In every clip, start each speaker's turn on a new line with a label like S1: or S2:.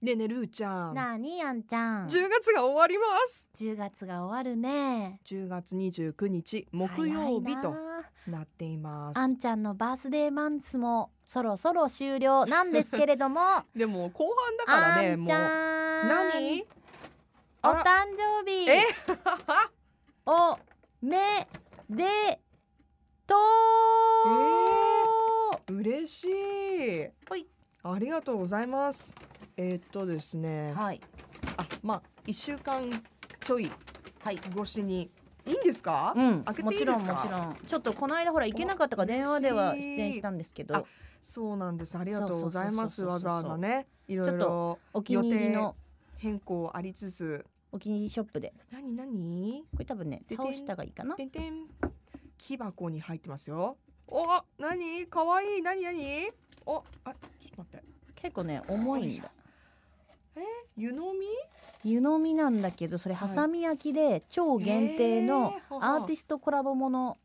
S1: ねえねえルーちゃん10
S2: なあにやんちゃん10
S1: 月が終わります
S2: 月が終わるね
S1: 10月29日木曜日
S2: 早い
S1: と
S2: な
S1: なっていま
S2: あ
S1: す
S2: んちゃんのバースデーマンスもそろそろ終了なんですけ れどもあ
S1: でも後半だからね
S2: ん
S1: も
S2: ち
S1: う
S2: ゃん
S1: 何
S2: お
S1: あ
S2: 誕生日
S1: え
S2: おめでと
S1: え
S2: う、
S1: 嬉しい
S2: ほい
S1: ありがとうございますえーっとですね
S2: はい
S1: あまあ一週間ちょい
S2: はい
S1: 越しにいいんですか、
S2: うん
S1: 開け
S2: も
S1: てい
S2: ち
S1: いで
S2: ろ
S1: す
S2: ん
S1: か
S2: もちろんちょっとこの間ほら行けなかったから電話では出演したんですけ
S1: あ
S2: ど
S1: そうなんですありがとうございます
S2: そうそ
S1: わ
S2: うそうそうそ
S1: ざわざ
S2: う
S1: ねいろい
S2: ちょ
S1: ろ
S2: お気に入り
S1: 予
S2: の
S1: 変更ありつつ
S2: お気に入りショップで
S1: 何何
S2: これ多分ね
S1: でてん
S2: 倒したがいいかな
S1: てんてん木箱に入ってますよお何かわいい何何おあちょっと待って
S2: 結構ね重いんだ
S1: 湯飲み
S2: 湯飲みなんだけどそれ
S1: はい
S2: ハサミ焼きで超限定の
S1: えーほほ
S2: アーティストコラボもの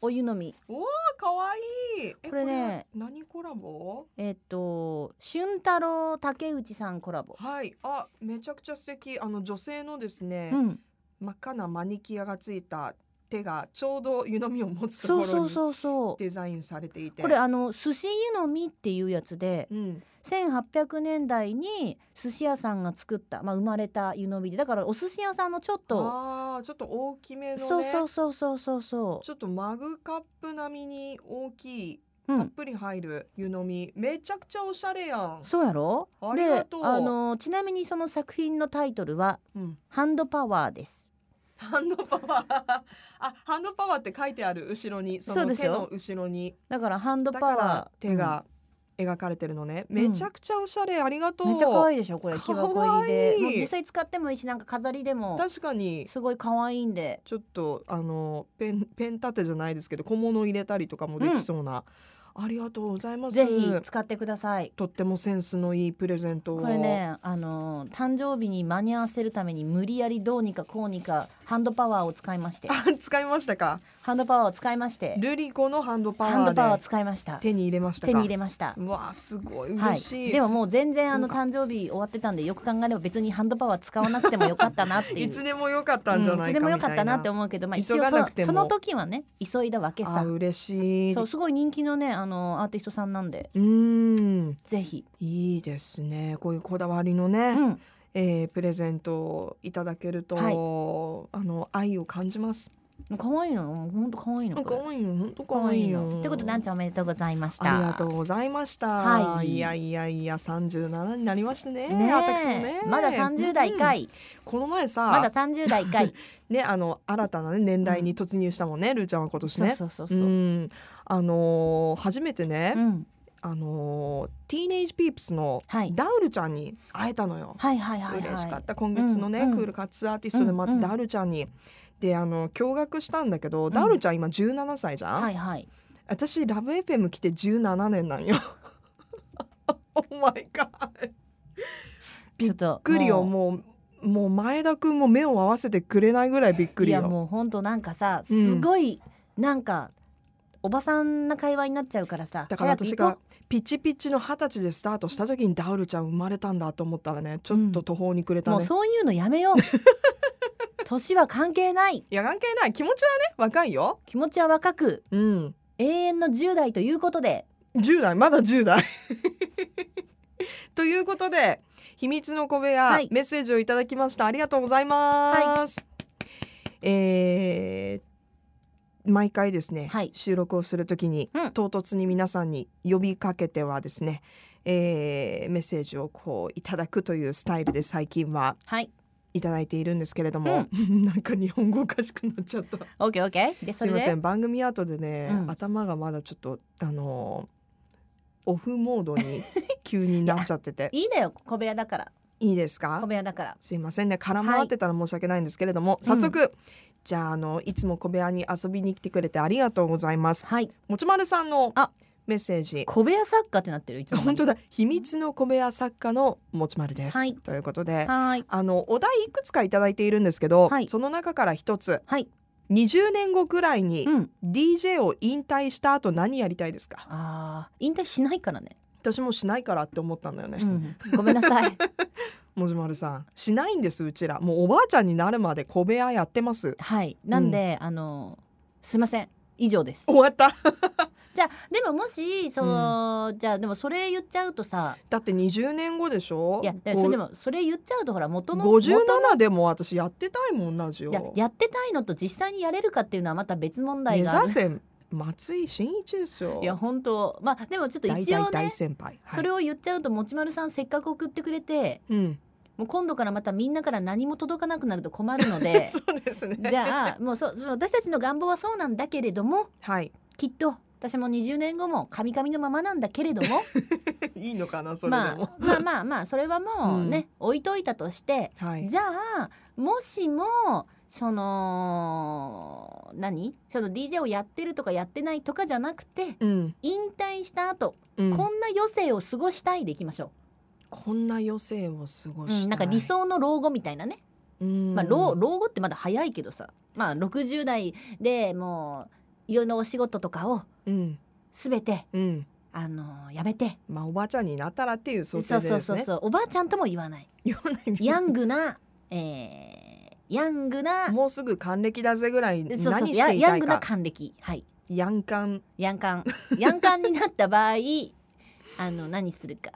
S2: お湯飲み
S1: あかわいいえ
S2: これね
S1: これ何コラボ
S2: えっ、と俊太郎竹内さんコラボ、
S1: はいあめちゃくちゃ素敵あの女性のですね、
S2: うん、
S1: 真っ赤なマニキュアがついた手がちょうど湯飲みを持つとこ
S2: そう
S1: ろ
S2: そう
S1: に
S2: そうそう
S1: デザインされていて
S2: これあの寿司湯飲みっていうやつで
S1: うん
S2: 1800年代に寿司屋さんが作った、まあ、生まれた湯飲みでだからお寿司屋さんのちょっと
S1: あーちょっと大きめのね
S2: そうそうそうそうそうそ、
S1: ちょっとマグカップ並みに大きいう
S2: う
S1: たっ
S2: ん、
S1: ぷり入る湯飲み、めちゃくちゃおしゃれやん。
S2: そうやろ
S1: ありが
S2: で
S1: とう。
S2: あのちなみにその作品のタイトルは
S1: うん、
S2: 「ハンドパワー」です。
S1: ハンドパワー。 あ、ハンドパワーって書いてある後ろに、そ
S2: そう
S1: の
S2: です
S1: 手
S2: よ
S1: の後ろに。
S2: だからハンド
S1: だか
S2: パワ
S1: ら
S2: ー
S1: 手、が描かれてるのね。
S2: ん
S1: めちゃくちゃおしゃれ、ありがと
S2: う
S1: う。
S2: んめっちゃ可愛いでしょこれ木
S1: 可愛い
S2: 箱入りでもう実際使ってもいいしなんか飾りでも
S1: 確かに。
S2: すごい可愛いんで
S1: ちょっとあのペンペン立てじゃないですけど小物入れたりとかもできそうな、ありがとうございます
S2: ぜひ使ってください。
S1: とってもセンスのいいプレゼントを
S2: これねあのー誕生日に間に合わせるために無理やりどうにかこうにかハンドパワーを使いまし て
S1: あ使いましたか
S2: ハンドパワーを使いまして
S1: ルリコのハンドパ
S2: ハン
S1: ワ
S2: ドパワー
S1: ー
S2: を
S1: で
S2: 使いました
S1: 手に入れましたか
S2: 手に入れました。
S1: うわあすごい
S2: は
S1: 嬉しい、
S2: い、でももう全然あの
S1: そう
S2: 誕生日終わってたんでよく考えれば別にハンドパワー使わなくてもよかったなってい
S1: いうつでもよかったんじゃないかみたいな、
S2: うん、いつでもよかったなって思うけど、まあ、一応
S1: 急
S2: そ
S1: がな
S2: の
S1: くても
S2: その時はね急いだわけ
S1: あ
S2: さ
S1: 嬉しい
S2: そう
S1: う
S2: すごい人気のねあのアーティストさんなんで
S1: ーん
S2: ぜひ、
S1: いいですねこういうこだわりの
S2: う
S1: ね、
S2: ん、
S1: えープレゼントをいただけると、
S2: はい
S1: あの愛を感じます
S2: 可愛いの本当可愛いの
S1: 可
S2: こ
S1: 愛いよ本当
S2: れ
S1: 可愛いよ
S2: ってことでなんちゃんおめでとうございました
S1: ありがとうございました、
S2: はい
S1: いやいやいや37になりましたね
S2: ねえ
S1: 私もね
S2: まだ30代か
S1: うん
S2: い、
S1: この前さ
S2: まだ30代かい
S1: ねあの新たな、ね、年代に突入したもんね、ルーちゃんは今年
S2: そう
S1: ね
S2: そうそう
S1: う
S2: そう、うん
S1: ん、あのー初めてね、あのーティーネイジピープスの
S2: はい
S1: ダウルちゃんに会えたのよ、
S2: はいはいはいはい
S1: 嬉しかった今月のね、
S2: うんうん
S1: クールカッツアーティストでもあって、
S2: うんうん
S1: ダウルちゃんにであの驚愕したんだけど、
S2: ん
S1: ダウルちゃん今17歳じゃん、
S2: はいはい
S1: 私ラブ FM 来て17年なんよ お前か
S2: ちょっと
S1: びっくりよ
S2: もう
S1: もうもう前田君も目を合わせてくれないぐらいびっくり
S2: いや
S1: よ
S2: もう本当なんかさ
S1: うん
S2: すごいなんか、おばさんな会話になっちゃうからさ
S1: だから
S2: 早く
S1: 私
S2: 行こう
S1: がピッチピッチの二十歳でスタートした時にダウルちゃん生まれたんだと思ったらねちょっと途方に暮れたね、
S2: もうそういうのやめよう 年は関係ない
S1: いや関係ない気持ちはね若いよ
S2: 気持ちは若く
S1: うん
S2: 永遠の10代ということで
S1: 10代まだ10代 ということで秘密の小部屋、
S2: はい
S1: メッセージをいただきましたありがとうございます、えー毎回ですね、
S2: はい
S1: 収録をするときに、
S2: うん
S1: 唐突に皆さんに呼びかけてはですね、えーメッセージをこういただくというスタイルで最近は
S2: はい
S1: いただいているんですけれども、 なんか日本語おかしくなっちゃった
S2: OKOK ですそ
S1: い
S2: れ
S1: ませ
S2: で
S1: ん番組後でね、
S2: うん
S1: 頭がまだちょっとあのーオフモード に急になっちゃってて
S2: いいだよ小部屋だから
S1: いいです
S2: 小
S1: か
S2: 部屋だから
S1: すいませんね空回ってたら申し訳ないんですけれども、早速、じゃああのいつも小部屋に遊びに来てくれてありがとうございます
S2: はい
S1: もちまるさんの
S2: あ
S1: メッセージ
S2: 小部屋作家ってなってるいつも
S1: 本当だ秘密の小部屋作家のもちまるです、
S2: はい
S1: ということで
S2: はい
S1: あのお題いくつかいただいているんですけど、
S2: はい
S1: その中から一つ
S2: はい
S1: 20年後くらいに
S2: うん
S1: DJ を引退した後何やりたいですか
S2: あー引退しないからね
S1: 私もしないからって思ったんだよね、
S2: うん、ごめんなさ い
S1: もじまるさんしないんですうちらもうおばあちゃんになるまで小部屋やってます
S2: はいなんで、あのすいません以上です
S1: 終わった
S2: じゃあでももしその、じゃあでもそれ言っちゃうとさ
S1: だって20年後でしょ
S2: いやでそれでもそれ言っちゃうとほら元の元の
S1: 57でも私やってたいもんラジ
S2: いや
S1: オ
S2: やってたいのと実際にやれるかっていうのはまた別問
S1: 目
S2: 題
S1: 指
S2: がある
S1: せ松井真一ですよ
S2: いや本当まあでもちょっと
S1: 大
S2: 一応
S1: 大
S2: ね
S1: 大先輩、はい、
S2: それを言っちゃうともちまるさんせっかく送ってくれて
S1: うん
S2: もう今度からまたみんなから何も届かなくなると困るの で
S1: そうですね
S2: じゃあもうそうそう私たちの願望はそうなんだけれども
S1: はい
S2: きっと私も20年後もカミカミのままなんだけれども
S1: いいのかな それで
S2: ま
S1: も
S2: あ、まあまあまあそれはもうね、置いといたとして
S1: はい
S2: じゃあもしもその何その DJ をやってるとかやってないとかじゃなくて
S1: うん、
S2: 引退した後、
S1: うん、
S2: こんな余生を過ごしたいでいきましょ
S1: こんな余生を過
S2: う、
S1: ご
S2: う
S1: したい、
S2: ん、なんか理、想の老後みたいなね、
S1: うん
S2: まあ、老老後ってまだ早いけどさ、まあ、60代でもういろんなお仕事とかを
S1: うん
S2: 全て、
S1: うん
S2: あのやめて
S1: まあおばあちゃんになったらっていう
S2: そ
S1: 想
S2: う
S1: 定でですね
S2: そうそうそうおばあちゃんとも言 わない
S1: 言わないで
S2: ヤングな、えーヤングな
S1: もうすぐ還暦だぜぐらい
S2: そ
S1: 何
S2: うそうそう
S1: してい
S2: ヤ
S1: たいか
S2: ヤングな還暦はい
S1: ヤンカン
S2: ヤンカンヤンカンになった場合あの何するか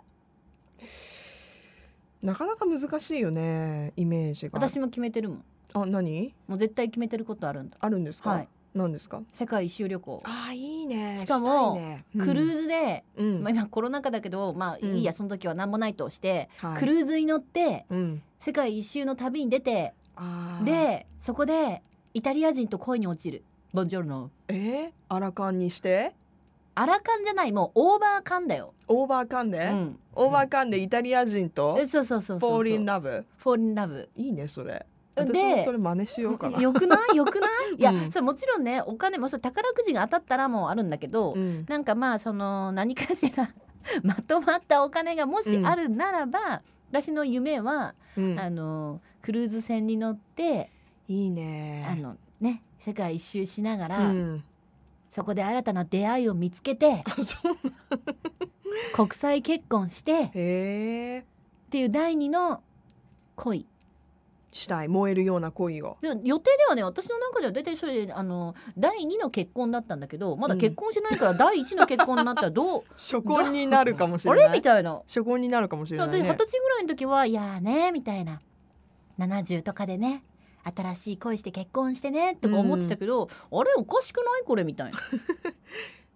S1: なかなか難しいよねイメージが
S2: 私も決めてるもん
S1: あ何
S2: もう絶対決めてることあるんだ
S1: あるんですか、
S2: はい
S1: 何ですか
S2: 世界一周旅行
S1: あいいね
S2: しかも
S1: したいね
S2: クルーズで、
S1: うん、うん
S2: まあ、今コロナ禍だけどまあいいや、
S1: うん
S2: その時は何もないとして、
S1: はい
S2: クルーズに乗って
S1: うん
S2: 世界一周の旅に出て
S1: あー
S2: でそこでイタリア人と恋に落ちるボンジョルノ
S1: えー、アラカンにして
S2: アラカンじゃないもうオーバーカンだよ、
S1: オーバーカンで、
S2: うん、
S1: オーバーカンでイタリア人と
S2: えそうそうそう
S1: フ
S2: そうそう
S1: ォーリンラブ
S2: フォーリンラブ
S1: いいねそれ
S2: で
S1: 私もそれ真似しようかな、
S2: よくないよくないいや、
S1: うん
S2: それもちろんねお金もそれ宝くじが当たったらもうあるんだけど、
S1: うん
S2: なんかまあその何かしら まとまったお金がもしあるならば、私の夢は、
S1: うん
S2: あのクルーズ船に乗って、
S1: いい
S2: あ
S1: ね
S2: のね世界一周しなが
S1: う
S2: ら、
S1: ん、
S2: そこで新たな出会いを見つけ て
S1: あそう
S2: 国際結婚してっ
S1: へえ
S2: ていう第二の恋
S1: したい燃えるような恋を
S2: でも予定ではね私の中では大体それであの第2の結婚だったんだけどまだ結婚してな いから第1の結婚になったらどう
S1: 初婚になるかもし
S2: あ
S1: れ
S2: れ
S1: ない
S2: みたいな
S1: 初婚になるかもしれない、
S2: 私
S1: ね、
S2: 二十歳ぐらいの時はいやーねみたいな70とかでね新しい恋して結婚してねとか思ってたけど、あれおかしくないこれみたい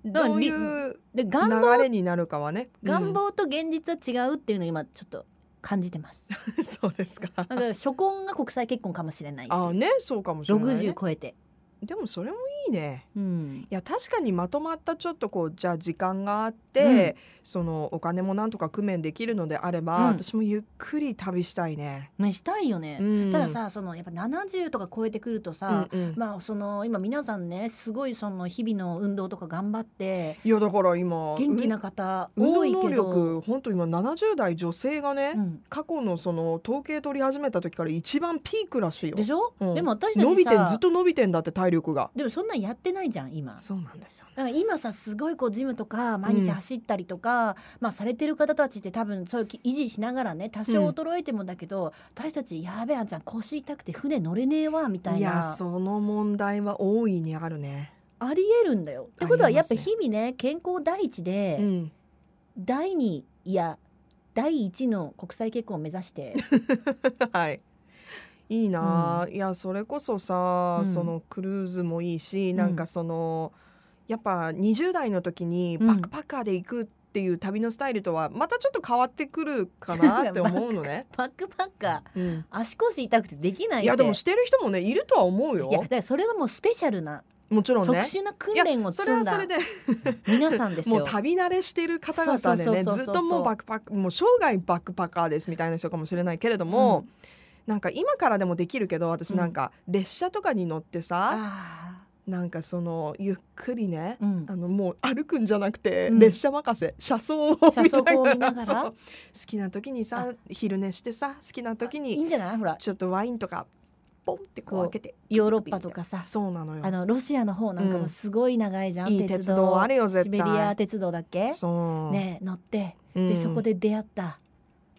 S2: な。
S1: どういう
S2: で願望
S1: 流れになるかはね
S2: 願、望と現実は違うっていうのを今ちょっと感じてます。
S1: うん そうですか
S2: だから初婚が国際結婚かもしれない。
S1: ああねそうかもしれない、
S2: 60
S1: ね、
S2: 超えて。
S1: でもそれもいいね
S2: うん
S1: いや確かにまとまったちょっとこうじゃあ時間があって、
S2: うん
S1: そのお金もなんとか工面できるのであれば、
S2: うん
S1: 私もゆっくり旅したいね。
S2: ねしたいよね。
S1: うん
S2: たださそのやっぱ70とか超えてくるとさ、
S1: うんうん
S2: まあその今皆さんねすごいその日々の運動とか頑張って
S1: いやだから今
S2: 元気な方
S1: うん
S2: 多
S1: 運
S2: い
S1: 動能
S2: けど、
S1: 力本当今70代女性がね、
S2: うん、
S1: 過去のその統計取り始めた時から一番ピークらしいよ
S2: で。しょ、
S1: うん
S2: でも私たちさ
S1: 伸びてんずっと伸びてんだって体力が。
S2: でもそんなんやってないじゃん今。
S1: そうなんですよね。
S2: だから今さすごいこうジムとか毎日走ったりとか、まあされてる方たちって多分それを維持しながらね多少衰えてもだけど、私たちやべえあんちゃん腰痛くて船乗れねえわみた
S1: い
S2: い
S1: や
S2: な
S1: その問題は大いにあるね。
S2: ありえるんだよ。ってことは
S1: あり
S2: や
S1: ま
S2: っ
S1: す
S2: ぱ
S1: ね
S2: 日々ね健康第一で、
S1: うん、
S2: 第二いや第一の国際結婚を目指 して、
S1: はい。いいなあ、いやそれこそさ、
S2: うん
S1: そのクルーズもいいし、
S2: ん
S1: なんかそのやっぱ20代の時に
S2: うん
S1: バックパッカーで行くっていう旅のスタイルとはまたちょっと変わってくるかなって思うの ね。
S2: バックパッカー
S1: うん、
S2: 足腰痛くてできないって
S1: いやでもしてる人もねいるとは思うよ
S2: いやだからそれはもうスペシャルな、
S1: もちろん
S2: 特
S1: ね。
S2: 殊な訓練を
S1: それ
S2: 積
S1: は
S2: ん
S1: そ
S2: だ
S1: れで
S2: 皆さんですよ。
S1: もう旅慣れしてる方々で
S2: そうそうそう
S1: ね
S2: そうそう
S1: ずっともうバックパックもう生涯バックパッカーですみたいな人かもしれないけれども、なんか今からでもできるけど私なんか列車とかに乗ってさ、
S2: あ
S1: なんかそのゆっくりね、
S2: ーうん
S1: あのもう歩くんじゃなくて、
S2: うん
S1: 列車任せ車窓を
S2: 車窓を見ながら
S1: そう好きな時にさ昼寝してさ好きな時
S2: いい
S1: に
S2: んじゃないほら
S1: ちょっとワインとかポンってこう
S2: こう
S1: 開けて
S2: ヨーロッパとかさ
S1: そうなのよ
S2: あのロシアの方なんかもすごい長いじゃん、
S1: うんいい鉄道あるよ絶対
S2: シベリア鉄道だっけ、
S1: そう、
S2: ね乗って、
S1: うん
S2: でそこで出 会った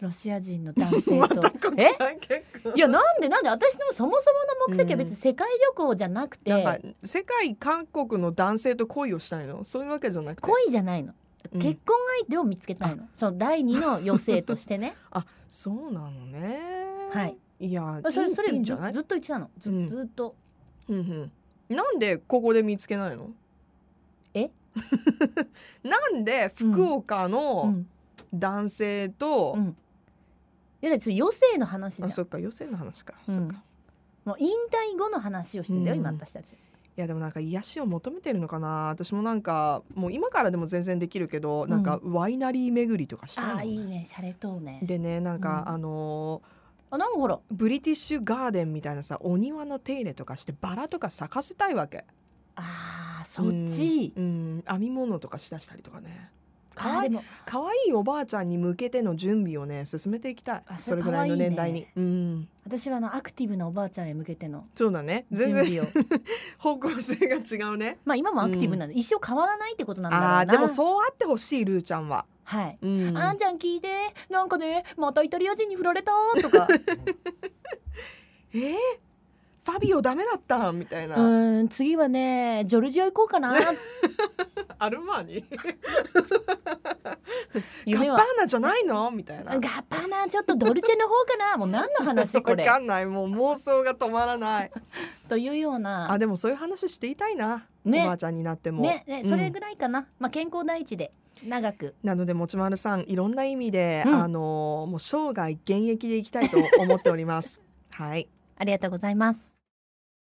S2: ロシア人の男性
S1: ま
S2: と
S1: たこっち
S2: え
S1: さん結構
S2: いやなんでなんで私でもそもそもの目的は別に世界旅行じゃなくて、
S1: なんか世界韓国の男性と恋をしたいのそういうわけじゃなくて
S2: 恋じゃないの
S1: うん
S2: 結婚相手を見つけたいの、その第二の余生としてね
S1: そうなのね
S2: はい
S1: いや
S2: それそれ
S1: いいいいんじ
S2: ず
S1: ゃない
S2: ずっと言ってたのず,、
S1: うん
S2: ずっと
S1: うんうん、なんでここで見つけないの
S2: え
S1: なんで福岡
S2: う
S1: の
S2: ん、
S1: 男性と、
S2: うんいやだってそれ余生の話じゃん
S1: あそっか余生の話か、
S2: うん
S1: そっか
S2: もう引退後の話をしてんだよ、
S1: うん
S2: 今私たち
S1: いやでもなんか癒しを求めてるのかな私もなんかもう今からでも全然できるけど、なんかワイナリー巡りとかしたい
S2: あ
S1: の
S2: あいいねシャレとうね
S1: でねなんか、
S2: うん
S1: あの
S2: あなんかほら
S1: ーブリティッシュガーデンみたいなさお庭の手入れとかしてバラとか咲かせたいわけ
S2: あーそっち、
S1: うん、うん編み物とかしだしたりとかね
S2: あ
S1: かわ
S2: ー
S1: い
S2: でも
S1: 可愛いおばあちゃんに向けての準備をね進めていきたい
S2: あ
S1: そ
S2: そ
S1: れ
S2: れ
S1: ぐらいの年代に、
S2: 可
S1: うん
S2: 私はあのアクティブなおばあちゃんへ向けての
S1: そうだね
S2: 準
S1: 全然
S2: 備を
S1: 方向性が違うね
S2: まあ今もアクティブなんで、一生変わらないってことなんだろうな
S1: あーでもそうあってほしいルーちゃんは、
S2: はい、
S1: うん
S2: あんちゃん聞いてなんかねまたイタリア人に振られた とか
S1: えーファビオダメだったみたいうな、
S2: ーん次はねジョルジア行こうかな
S1: アルマーニカッ
S2: 夢
S1: パー
S2: は
S1: ナじゃないのみたいな
S2: ガッパーナちょっとドルチェの方かなもう何の話 こ
S1: わ
S2: れ
S1: かんないもう妄想が止まらない
S2: というような
S1: あでもそういう話していたいな、
S2: ね
S1: おばあちゃんになっても
S2: ねね
S1: うん
S2: それぐらいかな、まあ健康第一で長く
S1: なので持丸さんいろんな意味で、
S2: うん
S1: あ のもう生涯現役でいきたいと思っておりますはい
S2: ありがとうございます